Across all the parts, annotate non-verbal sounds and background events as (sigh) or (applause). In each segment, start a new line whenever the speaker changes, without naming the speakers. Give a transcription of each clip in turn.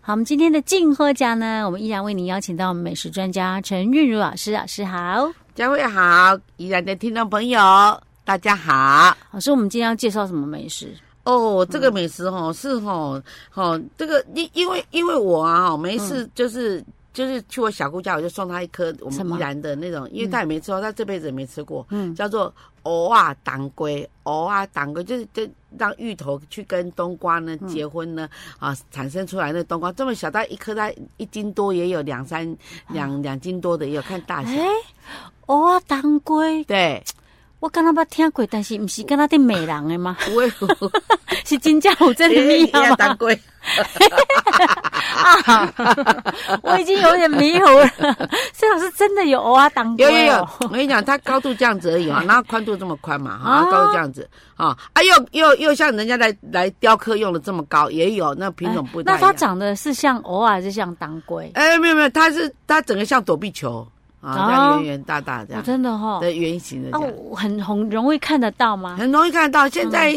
好，我们今天的静喝家呢，我们依然为您邀请到我们美食专家陈韵如老师，老师好。
嘉惠好，宜兰的听众朋友，大家好。
老师，我们今天要介绍什么美食？
哦，这个美食哦、是哦，哦，这个因因为因为我啊，哦没事就是、就是去我小姑家，我就送她一颗我
什
们
么
宜兰的那种，因为她也没吃过，她这辈子也没吃过，
嗯
叫做藕啊当归，藕啊当归就是就让芋头去跟冬瓜呢结婚呢、啊，产生出来那冬瓜这么小，大概一颗大概一斤多也有两三两两斤多的也有，看大小。
哎，蚵仔哦当归，
对，
我刚刚捌听过，但是不是敢若在美人的
(laughs)
吗？
我也有
是真正有 (laughs) 这个
也
味
要
道
哎当
吗？ (laughs)
归。
啊，我已经有点迷糊了。 (laughs) 所以老师真的有蚵仔当归
有
哦、
有有，我跟你讲，它高度这样子而
(laughs)
已啊，然后宽度这么宽嘛，哈、
哦
啊，高度这样子啊，啊，又又又像人家来来雕刻用的这么高，也有，那品种不
哎
大
那
一
它
样。
长得是像蚵仔还是像当归？
哎、没有没有，它是它整个像躲避球啊，这
哦
样圆圆大大这
哦，
样，
真的哈、哦。
对，圆形的
啊，
这样。
我很很容易看得到吗？
很容易看得到，现在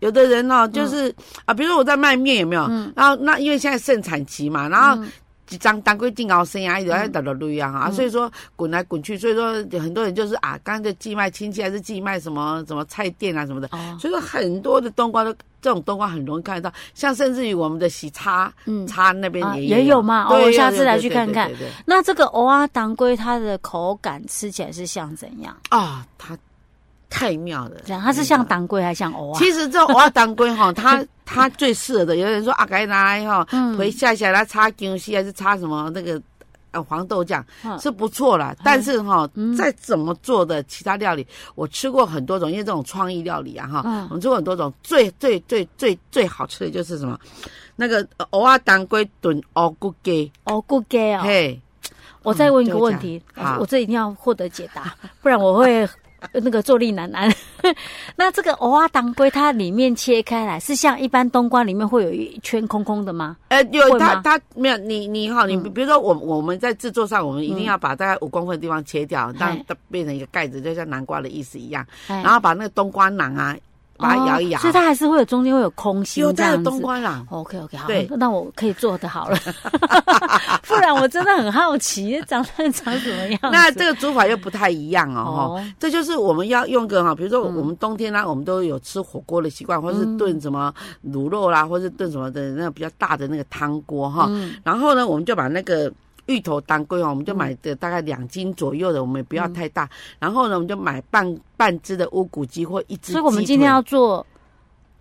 有的人哦，就是啊，比如说我在卖面有没有？
嗯
然后那因为现在盛产期嘛，然后
嗯
几张当归进熬生啊，有在打到路一样啊，所以说滚来滚去，所以说很多人就是啊，干脆寄卖亲戚还是寄卖什么什么菜店啊什么的，
哦，
所以说很多的冬瓜都这种冬瓜很容易看得到，像甚至于我们的喜叉
嗯，
叉那边
啊
也
也有嘛哦
对
我
有
下
有
次来
对
去
对
看
对
看
对对
那这个蚵仔当归它的口感吃起来是像怎样？
啊，它太妙了
这，样它是
那
像
个
当归还是像蚵仔？
其实这种蚵仔当归哈，它它最适合的，有人说啊，该拿来哈，
嗯
回下下来擦姜丝还是擦什么那个呃黄豆酱
嗯
是不错啦。但是哈
嗯，
再怎么做的其他料理，我吃过很多种，因为这种创意料理啊
嗯
哈，我们吃过很多种，最最最最最好吃的就是什么？那个呃蚵仔当归炖蚵骨鸡，
哦，骨鸡哦。
嘿，
我再问一个问题，
嗯就这样好
我这一定要获得解答，
(laughs)
不然我会呃那个坐立难安。 (laughs) 那这个蚵仔当归它里面切开来是像一般冬瓜里面会有一圈空空的吗？
呃，有
会
它
吗嗯
它没有你你哈，你比如说我我们在制作上，我们一定要把大概五公分的地方切掉，让
嗨
它变成一个盖子，就像南瓜的意思一样。
哎
然后把那个冬瓜囊啊，把它摇一摇
哦，所以它还是会有中间会有空心
有
这
它
样
有
子。
冬瓜囊。
OK OK 好
对，
那我可以做的
(laughs)
好了， (laughs) 不然我真的很好奇长得长什么样子。
那这个煮法又不太一样哦，
哦
哈，这就是我们要用个哈，比如说
嗯
我们冬天呢、啊我们都有吃火锅的习惯，或是
嗯
炖什么卤肉啦，或是炖什么的那个比较大的那个汤锅哈。
嗯
然后呢，我们就把那个芋头当归哦，我们就买的大概两斤左右的，我们也
嗯
不要太大。然后呢，我们就买半半只的乌骨鸡或一只鸡腿。
所以我们今天要做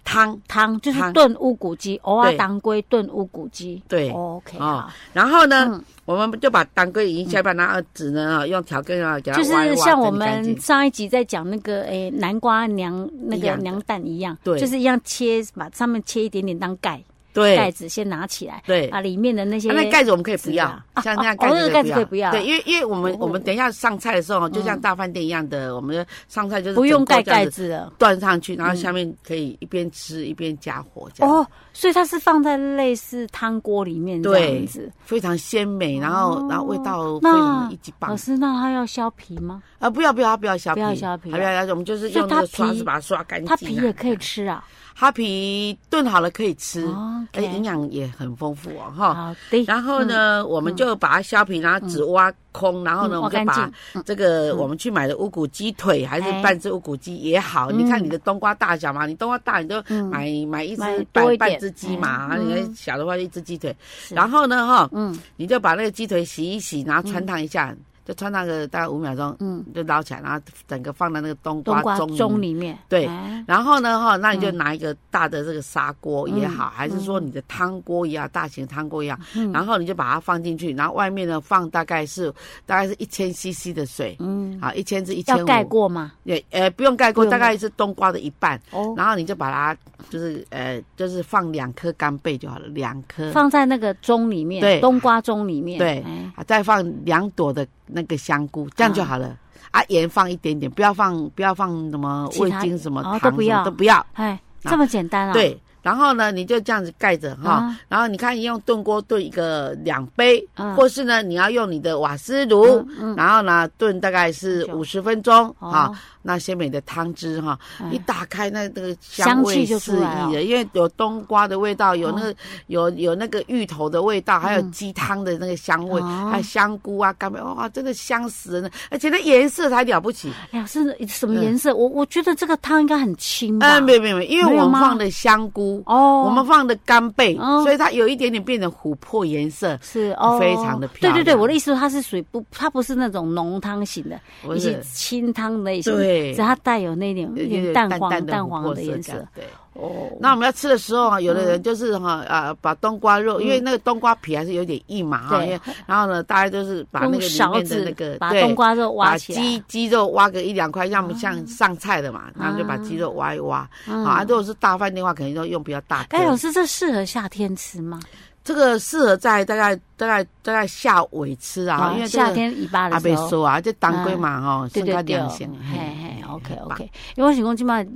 汤
汤，就是
汤
炖乌骨鸡，偶尔
对
当归炖乌骨鸡。
对。
OK
哦
好，
然后呢，
嗯
我们就把当归已经切半，然后只能啊用调羹啊给它
就
挖一
是
挖
像我
整理干
们
净
上一集在讲那个诶南瓜娘那
一
个
样的
娘蛋一样，
对
就是一样切把上面切一点点当盖盖
对
子先拿起来，
对。
把里面的那些
啊那盖子我们可以不
是
要
啊，
像那样
哦那个盖
盖子
子可
可以
以
不
不
要。
要
对，因为因为我们
哦嗯
我们等一下上菜的时候，就像大饭店一样的，我们上菜就是
不用盖盖
子。
子了。
端上去，然后下面可以一边吃一边加火，这样、
哦，所以它是放在类似汤锅里面这
对
样子。
非常鲜美，然后、然后味道非
哦那
常的一级棒
老师，那它要削皮吗？
啊！不要不要不要削皮，
不要削皮啊
还不要削皮，我们就是
所以
用那
它
个刷
皮
子把它刷干净、啊。
它皮也可以，吃啊。
它皮炖好了可以吃，
哦
而且营养也很丰富哦，哈。
好的，
然后呢，我们就把它削皮，然后只挖空，然后呢，
嗯
我们就
挖
把
干
这个我们去买的乌骨鸡腿还是
哎
半只乌骨鸡也好，
嗯
你看你的冬瓜大小嘛，你冬瓜大你就
嗯
买买一只
买多
半
一点
半只鸡嘛，
哎
你
嗯
看小的话就一只鸡腿，然后呢，哈，
嗯
你就把那个鸡腿洗一洗，然后穿烫一下，就穿烫个大概五秒钟，
嗯，
就捞起来，然后整个放在那个冬
冬瓜
瓜盅
盅里
里。
面
对
哎
然后呢，哈，那你就拿一个大的这个砂锅也好，
嗯
还是说你的汤锅也好，大型的汤锅也好，
嗯
然后你就把它放进去，然后外面呢放大概是大概是一千 CC 的水，
嗯，
好，一千至一千
要盖
五，
过吗？
也呃不用盖过，
不用
大
盖
概是冬瓜的一半，
哦，
然后你就把它就是呃就是放两颗干贝就好了，两颗，
放在那个盅里面，
对
冬瓜盅里面，
对
哎
啊再放两朵的那个香菇，这样就好了。啊，盐放一点点，不要放不要放什么
其
味
他
精什么
哦都
糖
不
什么
要
都不要，
哎，
啊
这么简单啊？，
对，然后呢，你就这样子盖着哈
啊，
然后你看你用炖锅炖一个两杯
嗯，
或是呢你要用你的瓦斯
啊
炉，然后呢炖大概是
很久
五十分钟哈
嗯哦，
哦那鲜美的汤汁哈，
哎
一打开那那个
香气
味
就
四
出来了哦
溢的，因为有冬瓜的味道，有那个有有那个芋头的味道，还有
嗯
鸡汤的那个香味，
哦
还有香菇啊干贝，哇，真的香死人了！而且那颜色才了不起，
哎呀，是什么颜色？我我觉得这个汤应该很清吧。
嗯，没有没有，没有因
没
为
有
我们
吗
放的香菇，
哦，
我们放的干贝，
哦
所以它有一点点变成琥珀颜色。
是哦，
非常地漂
对
亮
对对，我的意思说它是属于不，它不是那种浓汤型的，
不
以及
是
清汤类型的，
对
只是它带有那点有
有一
点
点
淡
淡
黄
淡的
淡
琥
黄
珀
的颜
感
色。
对，
哦，
那我们要吃的时候啊，有的
嗯
人就是哈啊，把冬瓜肉，因为那个冬瓜皮还是有点硬嘛哈，
对
因为然后呢，大家就是把那
用
个里
勺
面的
子
那个
把
对
冬瓜肉挖
把
起来，
鸡鸡肉挖个一两块，像像上菜的嘛，然后就把鸡肉挖一挖。
嗯
啊，如果是大饭店的话，肯定要用比较大
哎，老
颗。
师，这适合夏天吃吗？
这个适合在大概大概大概下尾吃啊，因为这个
哦夏天尾巴
阿
的
伯
时候，
说啊，这当归嘛吼，
对
剩较
对对，
良
嘿
心。嗯
嘿，OK OK，因为我想讲今麦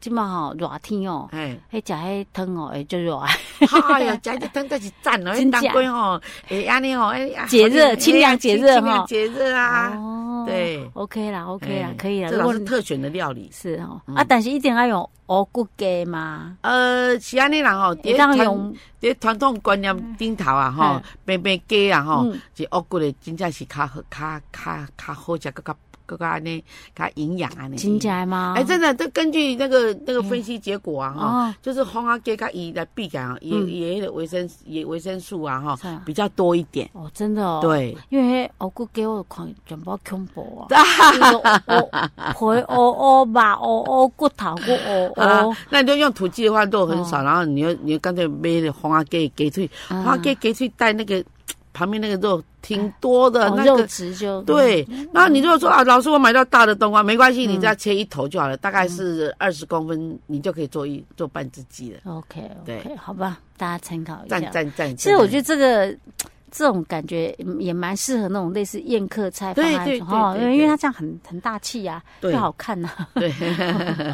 今麦吼热天哦，
哎，
迄食迄汤哦会就热， (laughs)
哎呀，加一汤但是赞哦，
真
那
假
当归吼，哎，安尼吼，哎，
解热
哎
清凉解热
清
吼
凉解热啊，
哦，
对
，OK 啦，OK 啦
哎，
可以啦。
这
如
老
果
是
你
特选的料理。
是哦，
嗯
啊，但是一定要用乌骨鸡嘛，
呃，是安尼人吼，
一定要用
伫传统观念顶头啊，吼
嗯，
平平鸡啊，吼
嗯，
是恶骨的，真正是较好、较较较好食，更较更较安尼，较营养安尼。
真假吗？
嗯哎，真的，这根据那个那个分析结果啊，哈，
哦，
就是烘啊鸡甲伊来避开啊，也
嗯
也的维生也维生素啊，哈，
是啊
比较多一点。
哦，真的哦，，
对，
因为迄乌骨鸡我看全部恐怖啊，
(laughs)
(laughs) 就是乌乌皮乌乌肉乌乌骨头骨乌乌
啊，，那你就用土鸡的话肉很
哦
少，然后你又你又干脆买烘啊鸡的鸡腿，烘啊鸡的鸡腿带那个旁边那个肉挺多的，
哦
那
肉嗯
个
质就，
对，然后你如果说啊，老师我买到大的冬瓜，没关系，你只
嗯
要切一头就好了，大概是二十公分，你就可以做一做半只鸡了。
，OK
对
OK，好吧，大家参考一
赞
下。
赞赞！
哎其实我觉得
得
这个。这种感觉嗯也蛮适合那种类似宴客菜方
对
案
对对
哦，因
对
为
对
因为它这样很很大气呀、
对
又好看呐、(laughs)
对，(laughs)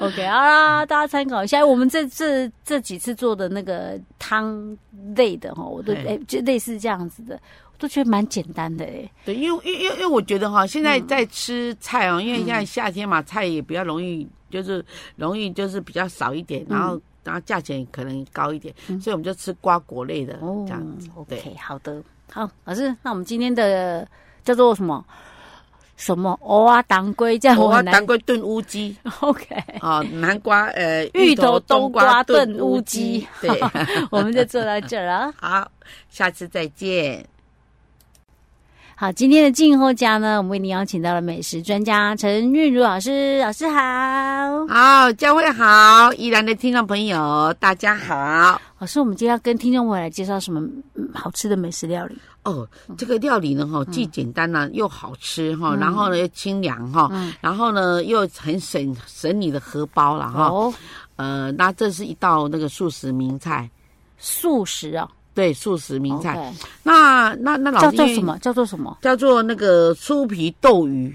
OK 好啦，大家参考一下。哎我们这这这几次做的那个汤类的哈，我都
嘿
哎、就类似这样子的，我都觉得蛮简单的哎、
对，因为因为因为因为我觉得哈，现
嗯
在在吃菜哦，因为现在夏天嘛，菜也比较容易，就是容易就是比较少一点，
嗯
然后然后价钱可能高一点，所以我们就吃瓜果类的
哦
这样子。对，
，OK，好的，好，老师，那我们今天的叫做什么什么蚵啊当归，这样我
我
很
南
难。
瓜炖乌鸡
(laughs)
(laughs)
OK，
啊，南瓜呃
芋头冬瓜炖乌鸡，
对，
我们就做到这儿了啊。
好，下次再见。
好，今天的静候家呢，我们为您邀请到了美食专家陈韵如老师，老师好。
好，教会好，宜兰的听众朋友，大家好。
老师，我们今天要跟听众朋友来介绍什么、嗯好吃的美食料理？
哦，这个料理呢，哈，
嗯
既简单呢、又好吃哈，然后呢又清凉哈，
嗯
然后呢又很省省你的荷包了哈。
哦，
呃，那这是一道那个素食名菜，
素食啊，
对，素食名菜。
哦 OK
那那那老
叫
师
叫什？么？叫做什么？
叫做那个酥皮豆鱼，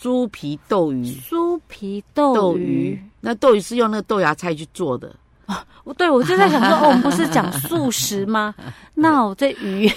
酥皮豆鱼，
酥皮豆鱼。。
那豆鱼是用那个豆芽菜去做的，
我对我就在想说，哦，我们不是讲素食吗？ (laughs) 那我这鱼，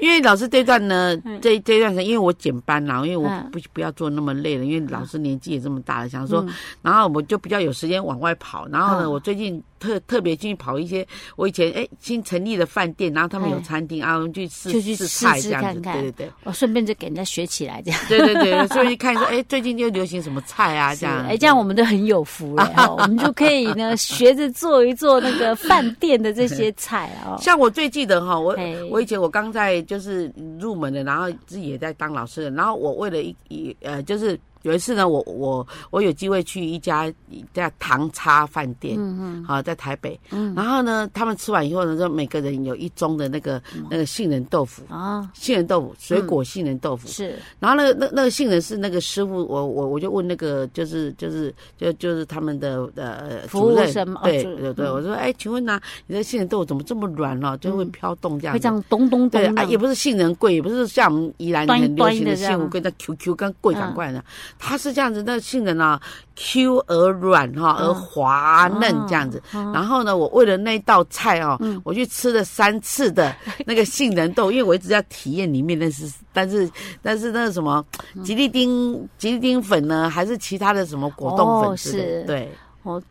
因为老师这段呢，这这段时间，因为我减班啦，因为我
嗯
不不要做那么累了，因为老师年纪也这么大了，想说，然后我就比较有时间往外跑。然后呢，
嗯
我最近特特别进去跑一些我以前哎新成立的饭店，然后他们有
哎
餐厅啊，我们去试
就去
试
试
菜
吃
这样子，
看看
对对对。
我哦顺便就给人家学起来这样。
对对对，所以去看说，哎，最近又流行什么
(laughs)
菜啊？这样，
哎，这样我们都很有福
(laughs)
了、哦，我们就可以呢学着做一做那个饭店的这些菜啊
(laughs)
哦。
像我最记得哈，我
嘿
我以前我刚在就是入门的，然后自己也在当老师的，然后我为了一一呃，就是有一次呢，我我我有机会去一家一家糖叉饭店，
嗯嗯
好、在台北，
嗯
然后呢，他们吃完以后呢，就每个人有一盅的那个
嗯
那个杏仁豆腐。
啊，
杏仁豆腐，水
嗯
果杏仁豆腐，
是
然后那个那那个杏仁是那个师傅，我我我就问那个就是就是就就是他们的呃
服务
主任
生哦
对
主
对对，
嗯
我说哎，请问呢、你的杏仁豆腐怎么这么软哦，就会飘动这样
会
子？
这样咚咚啊咚
对啊
这样
啊，也不是杏仁桂，也不是像我们宜兰
端一
很流行
端
的
的这
杏
样
仁桂，那 QQ 跟
嗯
桂赶快的。它是这样子，那个杏仁啊，Q 而软哈、
嗯
而滑嫩这样子。
哦
然后呢，我为了那道菜哦，
嗯
我去吃了三
(laughs)
次的那个杏仁豆，因为我一直要体验里面那是，但是但是那个什么
嗯
吉利丁吉利丁粉呢，还是其他的什么果冻粉
哦
之类的
是
对。 (laughs)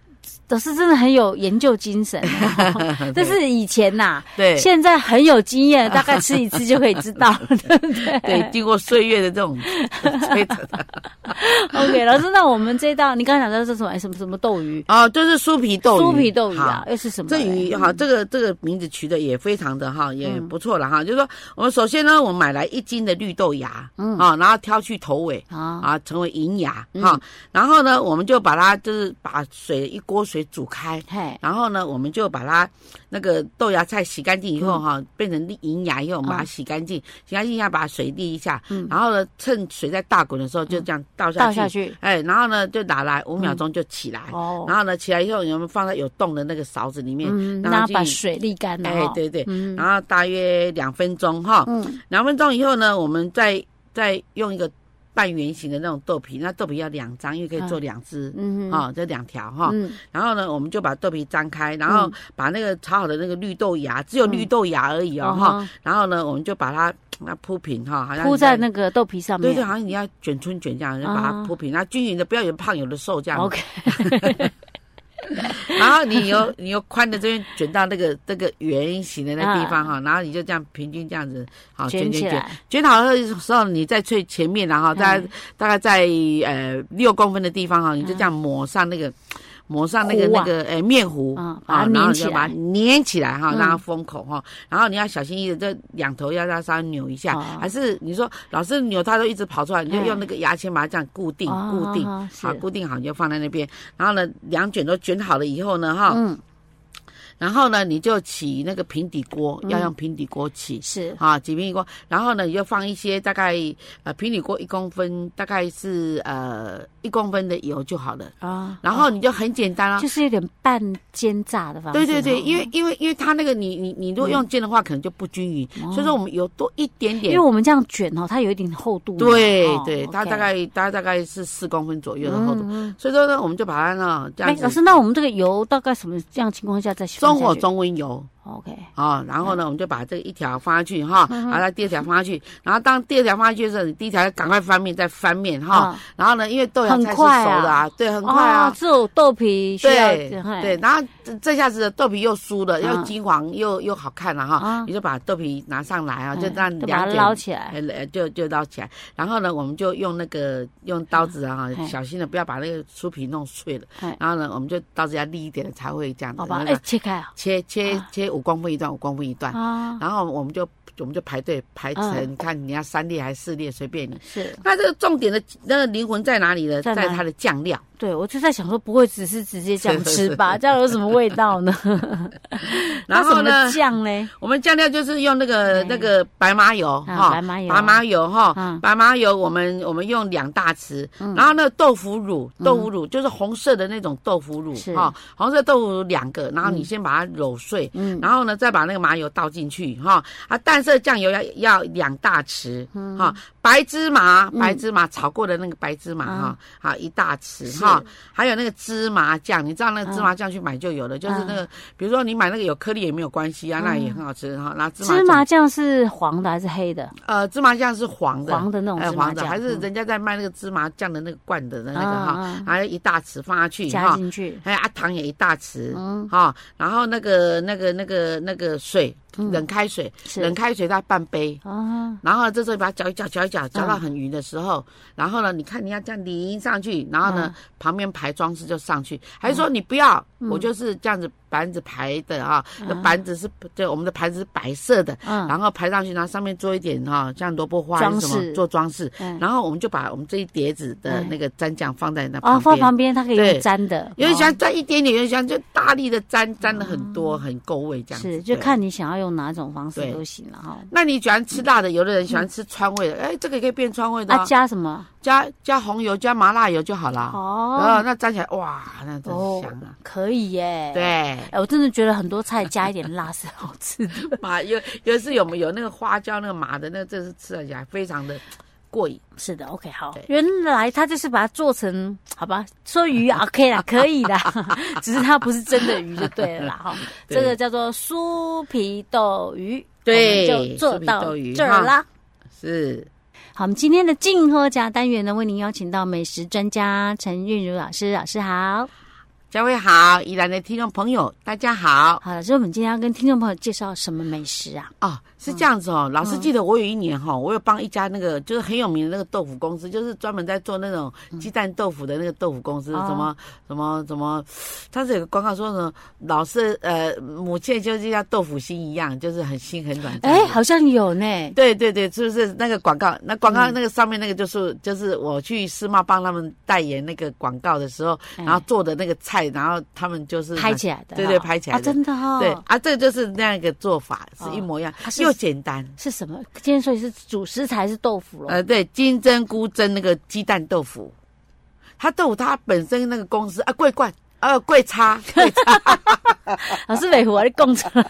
老师真的很有研究精神、(laughs)
(laughs)
哦，这是以前呐、
对
现在很有经验，大概吃一次就可以知道， (laughs) 对不对？
对，经过岁月的
(laughs)
这种摧残
OK，老师，那我们这道你刚才讲到是什么什么什么斗鱼，
哦，就是酥皮豆鱼，
酥皮斗鱼啊
好，。
又是什么嘞？
这鱼哈，这个这个名字取的也非常的哈，也不错了哈。就是说，我们首先呢，我们买来一斤的绿豆芽，嗯啊，然后挑去头尾
啊，
啊，成为银芽哈。然后呢，我们就把它就是把水一锅水煮开，
嘿，
然后呢，我们就把它那个豆芽菜洗干净以后哈、变成银芽以后，我们把它洗干净，洗干净一下，把它水沥一下，然后呢，趁水在大滚的时候就这样倒下去，
倒下去
哎，然后呢就拿来五秒钟就起来，
哦，
然后呢起来以后，我们放在有洞的那个勺子里面，
嗯，
然
那
后进
把
行
水沥干了，
哎，
哦，
对对，
嗯
然后大约两分钟哈，
嗯，
两分钟以后呢，我们再再用一个半圆形的那种豆皮，那豆皮要两张，因为可以做两只，
嗯
啊、这两条哈，
嗯，
然后呢，我们就把豆皮张开，然后把那个炒好的那个绿豆芽，只有绿豆芽而已哦
嗯
哈、
嗯
然后呢，我们就把它那铺平哈，好像
铺在那
个
个豆皮上
对
面，
对，好像你要卷春卷这样，就把它
啊
铺平，那均匀的，不要有胖有的瘦这样。
OK， (laughs)
然后你由你由宽的这边卷到那个 (laughs) 那个圆形的那地方哈，然后你就这样平均这样子好啊卷
嗯卷起
卷卷，
来，嗯
卷好的时候你再最前面然后大概大概在呃六公分的地方哈，你就这样抹上那个。抹上那个
嗯糊啊
那个呃面糊
嗯
啊，
把它
然后
粘
你
起
就把
来
它粘起来哈，
嗯
让它封口哈。然后你要小心翼翼的，这两头要让它稍微扭一下
哦，
还是你说老是扭它都一直跑出来，你就
嗯
用那个牙签把它这样固定
哦
固定，，好
是，
固定好你就放在那边。然后呢，两卷都卷好了以后呢，哈，
嗯，
然后呢，你就起那个平底锅，
嗯
要用平底锅起。
是，
啊，起平底锅，然后呢，你就放一些大概呃平底锅一公分，大概是呃一公分的油就好了。
啊，
然后你就很简单啊，
就是有点半煎炸的方式
对
哦，嗯
对对，因为因为因为它那个你你你如果用煎的话，可能就不均匀，所以说我们油多一点
哦因为
点。
我们这样卷哦，它有一点厚度嘛，
对
哦
对，它
OK
大概它大概是四公分左右的厚度，
嗯嗯
所以说呢，我们就把它呢这
哎
样，子
老师，那我们这个油大概什么样情况下再放
中火
下去
中温油，
？OK，
啊，然后呢，我
嗯
们就把这一条放下去哈，然后再第二条放下去，然后当第二条放下去的时候，你第一条赶快翻面，再翻面哈
嗯，
然后呢，因为豆芽菜是
很
熟
快啊
的啊，对，很快啊
哦，只有豆皮需要
对
嘿
对，然后这这下子的豆皮又酥了，又
嗯
金黄又又好看了哈
啊，
你就把豆皮拿上来啊，就
嗯
这样
就把它
两点
捞起来，
呃，呃就就捞起来，然后呢，我们就用那个用刀子啊
嗯，嘿
小心的不要把那个酥皮弄碎了
嘿。
然后呢，我们就刀子要利一点的才会这样子
好，吧
那？
哎
个，
切开啊
切切切五公分一段，五公分一段。
啊，
然后我们就我们就排队排成，
嗯
看你要三列还是四列，随便你。
是
那这个重点的那个灵魂在哪里呢？
在
在
哪里
它的酱料。
对，我就在想说，不会只是直接这样吃吧？这样有什么味道呢？
(laughs) 然
(laughs) 那
后
什
呢
么，酱嘞？
我们酱料就是用那个
哎
那个白麻油
啊，
哈
白，麻油，
白麻油哈
嗯，
白麻油我们我们用两大匙，然后那个豆腐乳，豆腐乳就是红色的那种豆腐乳
嗯是
哈，红色豆腐乳两个，然后你先把它揉碎，
嗯
然后呢再把那个麻油倒进去哈，啊，淡色酱油要要两大匙
嗯
哈，白芝麻白芝麻炒过的那个白芝麻哈，好一大匙
啊是
哈，还有那个芝麻酱，你知道那个芝麻酱去买就有
啊
了，就是那个比如说你买那个有颗粒也没有关系啊，那也很好吃哈，拿芝
嗯
麻
芝
酱
麻酱是黄的还是黑的？
呃，芝麻酱是黄的，
黄的那种
哎
芝麻
黄的，
酱，
还是
嗯
人家在卖那个芝麻酱的那个罐的那个
嗯
哈
嗯，
还有一大匙放下去
加
哈，
进去？
还有啊糖也一大匙
嗯，
哈，然后那个那个那个那个水，冷开水，
嗯是
冷开水大概半杯。
啊，
然后这时候把它搅一搅，搅一
嗯
搅，搅到很匀的时候，然后呢，你看你要这样淋上去，然后呢，
嗯
旁边排装饰就上去，还是说你不要，我就是这样子盘子排的哈，那盘子是对我们的盘子是白色的，
嗯
然后排上去，然后上面做一点哈、像萝卜花还是什
装饰
么做装饰，
嗯
然后我们就把我们这一碟子的那个蘸酱放在那
啊，
旁
放
边。
旁边它可以用
对
粘的，
有点
哦嗯
像蘸一点点，有点像就大力的沾，沾的很多，很够味这样子。
是，就
对。
看你想要用哪种方式
对
都行了哈。
那你喜欢吃辣的，有的人喜欢吃川味的，哎，这个也可以变川味
嗯
的
啊，
啊，
加什么？
加加红油，加麻辣油就好啦。然后
哦，
那沾起来，哇，那真香啊！
可以耶。。
对，
哎、我真的觉得很多菜加一点辣是好吃的。
(laughs) 麻有有一次有有那个花椒那个麻的，那个真是吃起来非常的过瘾。
是的，OK，好
对，
原来他就是把它做成，好吧，说鱼
(laughs)
啊 OK 啦，可以啦， (laughs) 只是它不是真的鱼就对
(laughs)
了啦，哈，
对
这个叫做酥皮豆鱼，
对
我们就做
酥皮
到
豆鱼
这儿啦。
是，
好，我们今天的静喝家单元呢，为您邀请到美食专家陈韵如老师，老师好。
嘉惠好，宜兰的听众朋友大家好
好，老师，我们今天要跟听众朋友介绍什么美食啊？
哦，是这样子哦。老师
嗯
记得我有一年哈、我有帮一家那个就是很有名的那个豆腐公司，就是专门在做那种鸡蛋豆腐的那个豆腐公司，
嗯哦
什么什么什么，当时有个广告说什么老师呃母亲就是像豆腐心一样，就是很心很软这
哎、
样子。
好像有呢。
对对对，是不是那个广告？那广告
嗯
那个上面那个就是、就是我去世贸帮他们代言那个广告的时候，
哎
然后做的那个菜，然后他们就是
拍起来的哈，
对对拍起来
啊，
的
真的哈、哦。
对啊，这个就是那样一个做法，是
哦
一模一样
它，是
又简单。
是什么？今天所以是主食材是豆腐咯。
呃，对，金针菇蒸那个鸡蛋豆腐，它豆腐它本身那个公司啊，桂冠。呃，桂叉，桂叉， (laughs)
老师美我的供出来。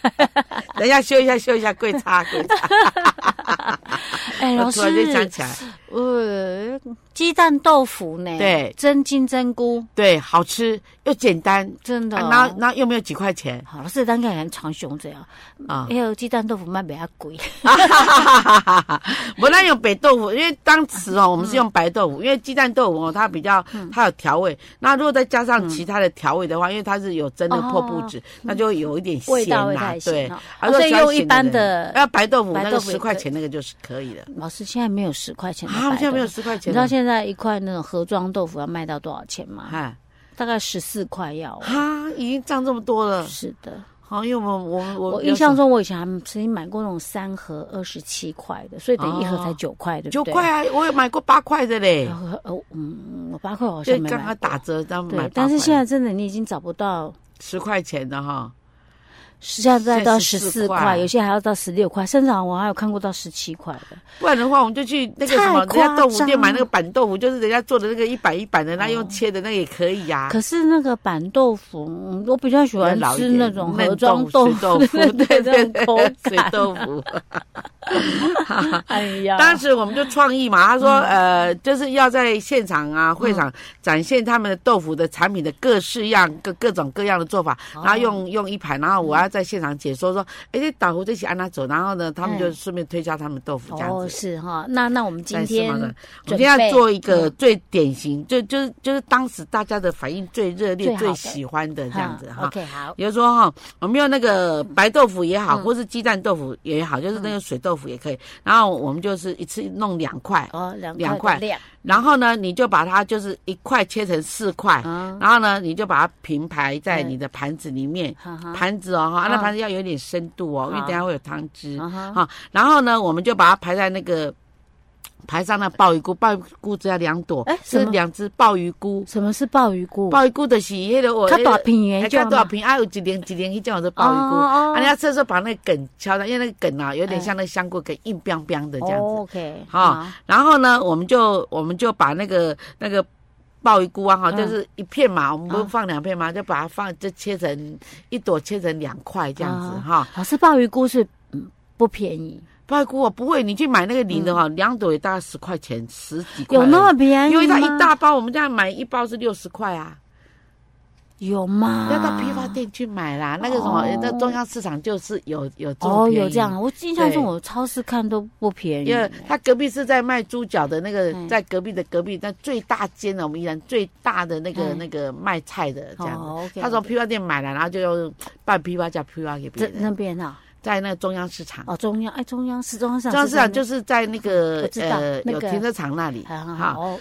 等一下修一下，修一下，桂叉，桂叉。
哎、
我
老
(laughs) 突然间想
师，
起来，
呃，鸡蛋豆腐呢？
对
蒸金针菇，
对，好吃又简单，
真的、
啊
哦。
然后然后又没有几块钱
好，老师当然很长熊这样，
啊
还。有鸡蛋豆腐卖比较贵。 (laughs)
哈哈哈哈哈！ (laughs) 我那用北豆腐，因为当时哦，我们是用白豆腐，因为鸡蛋豆腐哦，它比较
嗯
它有调味。那如果再加上其他的调味的话，因为它是有蒸的破布纸，那就会有一点
哦味
咸
道会
呐
太。咸
对
了，哦
啊如果
所以
喜欢
用一
咸
般
人
的
要白豆腐
白
那
豆
个
腐也
十块
可以
钱那个就是可以的
老师现在没有十块钱的
啊，我
白
现在没有
豆腐。
十块
你
钱
知道
的。
现在一块那种盒装豆腐要卖到多少钱吗？
哎，
大概十四块要哦、
哈，已经涨这么多了。
是的，
好，因为我们我们
我
我
印象中我以前还曾经买过那种三盒二十七块的，所以等于一盒才
哦
九块，对不
九
对？
块啊，我有买过八块的嘞
然，后呃，嗯，我八块我好
就
像没
刚
买
刚打
过
折，这样买八
对
块。，
但是现在真的你已经找不到，
十块钱的哈，
现在到十
14
四块，
块
有些还要到十六块，甚至好像我还有看过到十七块的。
不然的话，我们就去那个什么，
太夸
人
张
家豆腐店买那个板豆腐，就是人家做的那个一板一板的，那用切的那个也可以呀、
可是那个板豆腐，嗯我比较喜欢
比较啊老一
吃
点
那种盒
嫩
装
豆
豆
水
腐，
腐，
(laughs)
对对
那种
(laughs) 对啊
口
对，水
感。
豆腐。
哎呀，
当时我们就创意嘛，他说呃，就是要在现场啊会场展现他们的豆腐的产品的各式样、各各种各样的做法，
哦
然后用用一盘，然后我要在现场解说说，哎，这导壶这些按他走，然后呢，他们就
嗯
顺便推销他们豆腐这样
哦
子。
是哈，那那我们今
在世
天
贸的我
准
们今天
备嗯
要做一个最典型，就就是就是当时大家的反应最热烈
最、好的
最喜欢的这样子
哈
哈。
OK 好，
比如说哈，我们用那个白豆腐也好，
嗯
或是鸡蛋豆腐也好，就是那个水豆腐也可以。然后我们就是一次弄两块，
哦两
两
块
块
的量
然后呢，你就把它就是一块切成四块，
啊，
然后呢，你就把它平排在
嗯
你的盘子里面。
哈哈
盘子哦，哈，
嗯
那盘子要有点深度哦，因为
好
等一下会有汤汁。
啊哈
好，然后呢，我们就把它排在那个排上那鲍鱼菇，鲍鱼菇只要两朵，
哎什
是
么
两只鲍鱼菇，
什么是鲍鱼菇？
鲍鱼菇的是迄个我
它大片圆，
还
就
看多少瓶啊？有几连几连一叫做鲍鱼菇，
哦
啊，你要这时候把那个梗敲掉，因为那个梗啊有点像那个香菇梗硬邦邦的这样子。
哦 OK，
哈然后呢，我们就我们就把那个那个鲍鱼菇啊，哈，
嗯
就是一片嘛，我们不是
嗯
放两片嘛，就把它放就切成一朵切成两块这样子
嗯
哈。
老师，鲍鱼菇是嗯不便宜，
鲍鱼菇我不会，你去买那个零的哈，两朵也大概十块钱，十几
嗯
块。
有那么便宜
因
吗？
为它一大包，我们这样买一包是六十块啊，
有吗？
要到批发店去买啦。那个什么
啊哦，
那中央市场就是有有这么
哦，
便宜
有这样啊，。我印象中
对
我超市看都不便宜哦
因为他隔壁是在卖猪脚的那个
嗯，
在隔壁的隔壁，那最大间的我们宜兰最大的那个
嗯
那个卖菜的这样子。
哦，OK，
他从批发店买来，然后就用半批发价批发给别
这那
人，
边啊，
在那个中央市场。
哦，中央哎，中央市中央市
中
场，
央市场就是是在那
我
个
知道
呃
那
有
个
停车场那里，
很
哈
好哦，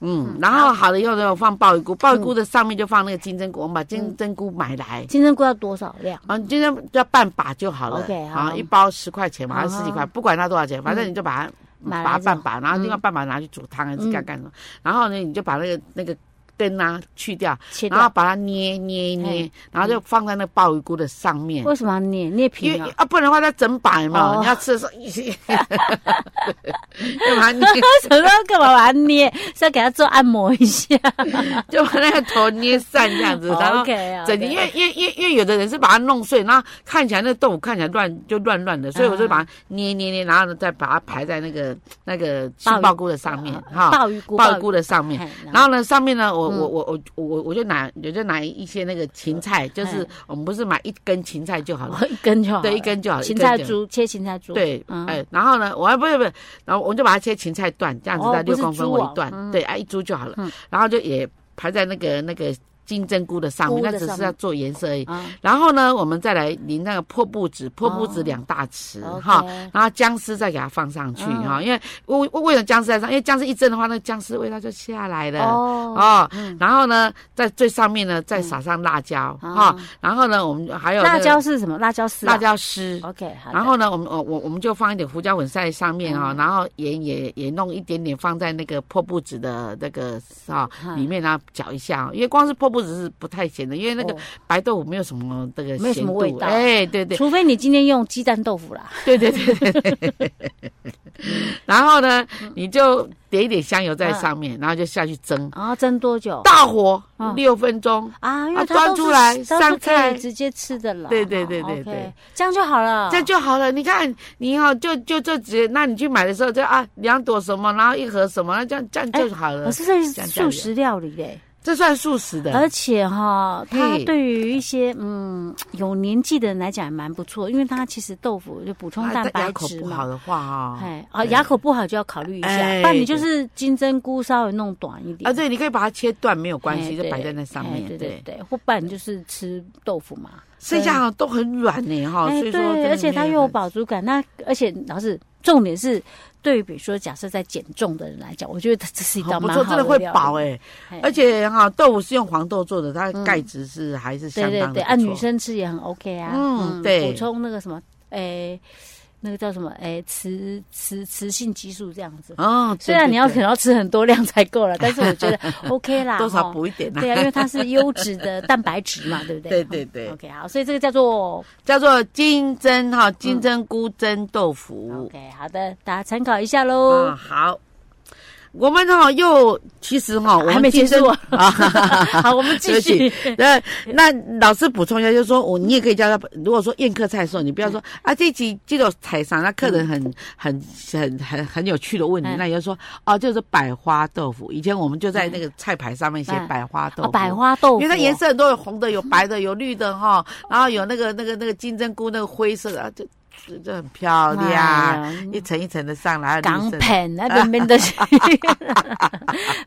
嗯，然后好了以后呢，我放鲍
嗯
鱼菇，鲍鱼菇的上面就放那个金针菇，我们把金针菇买来，
金针菇要多少量？
啊，你今天要半把就好了
OK，好啊
啊，一包十块钱嘛，还是
好
十几块，不管它多少钱，反正你就把它嗯
买来
把它
就
半把，然
嗯
后啊另外半把拿去煮汤还是干干什么，然后呢，你就把那个那个根啊去掉，
切
然后
掉。
把它捏捏捏
嘿，
然后就放在那鲍鱼菇的上面。
为什么要捏捏
因
平
为
啊？
啊，不然的话它整把嘛，
哦
你要吃 (laughs) 的时候，一起要把它捏，
为什么要干嘛把它捏？是要给它做按摩一
(laughs)
下？
就把那个头捏散这
(laughs)
样子，然后
OK 啊，
整，因为因为因为因为有的人是把它弄碎，然后看起来那个动物看起来乱就乱乱的，所以我
嗯
就把它捏捏捏，然后呢再把它排在那个那个杏鲍菇的上面哈，
哦鲍鱼菇，
鲍鱼菇的上面。
嘿
然后呢，上面呢，
嗯
我我我我我我就拿我就拿一些那个芹菜，就是
嘿
我们不是买一根芹菜就好了，
后一根就好了，
对，一根就好了，
哦芹
一根
菜
就好
珠，切芹菜珠，
对，
嗯
哎，然后呢，我还不是不是，然后我就把它切芹菜段，这样子
哦
在
不
六
是
公分
猪
为
哦
一段，
嗯
对，啊，一株就好了。
嗯
然后就也排在那个那个金针菇的上面，
菇
那
的
只
上
是
面
要做颜色而已。
啊，
然后呢，我们再来淋那个破布纸，破布纸
哦
两大匙
哈
哈，，然后姜丝再给它放上去
嗯
哈，因为为为为什么姜丝在上？因为姜丝一蒸的话，那姜丝味道就下来了
哦，
哦。
嗯
然后呢，在最上面呢再撒上辣椒哈，
啊
然后呢，我们还有那
辣
个
椒是什么？辣椒丝啊，
辣椒丝
，OK，好的
然后呢，我们哦我我我们就放一点胡椒粉在上面啊、
嗯
然后盐也也弄一点点放在那个破布子的那个啊、
嗯
里面啊搅一下、啊，因为光是破布子是不太咸的，因为那个
哦
白豆腐没有什么这个
没有什
咸
么
度
味道
哎，对
(laughs)
对
除非你今天用鸡蛋豆腐啦，
对对对对对。然后呢，你就点一点香油
嗯
在上面，然后就下去蒸，
然后蒸多久？
大火
哦嗯
六分钟。
啊，因为
啊
它都是
端出来
它都是
上
可
菜
以直接吃的啦。
对对对
哦
对
OK，
对
这样就好了。
这样就好了。你看，你以后就就就直接，那你去买的时候就啊，两朵什么，然后一盒什么，那这样这样就好了。
哎可是这
这
是
样
素食料理嘞，
这算素食的，
而且哈，它
嘿
对于一些嗯有年纪的人来讲也蛮不错，因为它其实豆腐就补充
啊
蛋
这
白
牙口
质
不好
嘛。
的话啊、
哎，啊，牙口不好就要考虑一下，
哎
不然你就是金针菇稍微弄短一点
啊，，对，你可以把它切断，没有关
哎
系，就
对
摆在那上面。
哎对
对，
对，或不然你就是吃豆腐嘛。
剩下的都很软呢哈，哦所以说真
哎对，
的
而且它
没
又
有
有
很。
饱足感。那而且老师，重点是对于比如说假设在减重的人来讲，我觉得这是一道
哦好不
蛮
错，
好
真的会
料理
饱哎、
嘿
而且哈、豆腐是用黄豆做的，它的钙质是、还是
嗯对
相
对
当的
对，
不错
按女生吃也很 OK 啊。
嗯对
补充那个什么，诶，那个叫什么，诶，雌雌雌性激素这样子。
哦，对
虽然你要
对
可能要吃很多量才够了，但是我觉
(laughs)
得 OK 啦，
对多少
齁。
补一点啊， (laughs)
对啊，因为它是优质的蛋白质嘛，对不对？
对对对
OK，好，所以这个叫做
叫做金针哈，
嗯
金针菇蒸豆腐。
OK，好的，大家参考一下
啊、
喽。
好，我们哈、又其实哈、我们
还没结
金针
束啊
(laughs)
好，我们继续。
那那老师补充一下，就是说我你也可以叫他，如果说宴客菜的时候，你不要
嗯
说啊，这集这种台上那客人很很很很很有趣的问题
嗯，
那你就说哦，就是百花豆腐。以前我们就在那个菜牌上面写
嗯
百花豆
啊，
腐，
百。花豆腐，嗯
因为它颜色很多，有红的，有白的，有绿的哈，然后有那个那个那个金针菇，那个灰色的，啊就就就很漂
哎
亮，
呀
一层一层的上来，还有
港
绿色的
片那边边的是，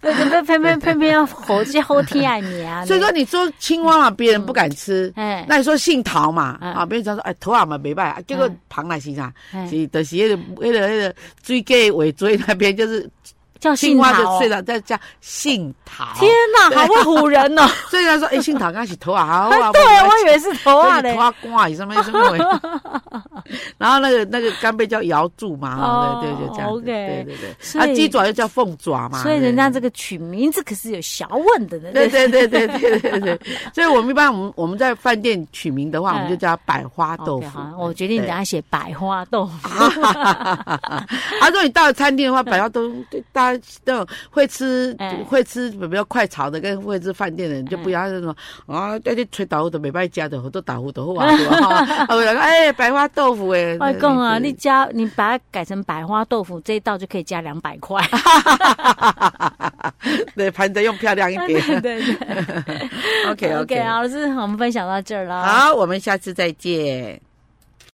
那偏偏偏偏要猴子猴天爱你啊！
所以说，你说青蛙嘛，别人不敢吃，
哎，
那你说姓陶嘛，
嗯
啊，别人讲说，哎，头啊嘛没败，啊，结果
嗯
旁来是啥？
哎
是就是那个那个那个追给尾追那边，就是
叫
青
杏
蛙
桃
就
哦
睡。了，再叫姓陶。
天啊哪，好会唬人哦！
所以他说，哎，姓陶刚是头啊，好啊，
(laughs) 对，我以为是头
头
啊
啊
嘞
头。啊瓜什么什么尾。
(laughs)
然后那个那个干贝叫瑶柱嘛，
哦
哈对对，就这样子，
OK
对对对。
所
啊
以，
鸡爪又叫凤爪嘛，
所以人
对
家这个取名字可是有学问的呢。
对对对对对对对，所以我们一般我们我们在饭店取名的话，我们就叫百花豆
嗯 OK，
腐
好。我决定等
对
下写百花豆腐。
啊，如果你到了餐厅的话，百花都对大家那种会吃、
嗯哎
会吃比较快炒的，跟会吃饭店的人就不要那种、啊，在这吹豆腐都没办家的，好多豆腐都好啊，对吧？哈啊，我讲哎，百花豆腐哎，
外公啊，
对
你加你把它改成百花豆腐，这一道就可以加两百块。
对，盘子用漂亮一
(laughs) 对
点。
对对
OK
哎，OK，
OK，
好，老师，我们分享到这儿了。
好，我们下次再见。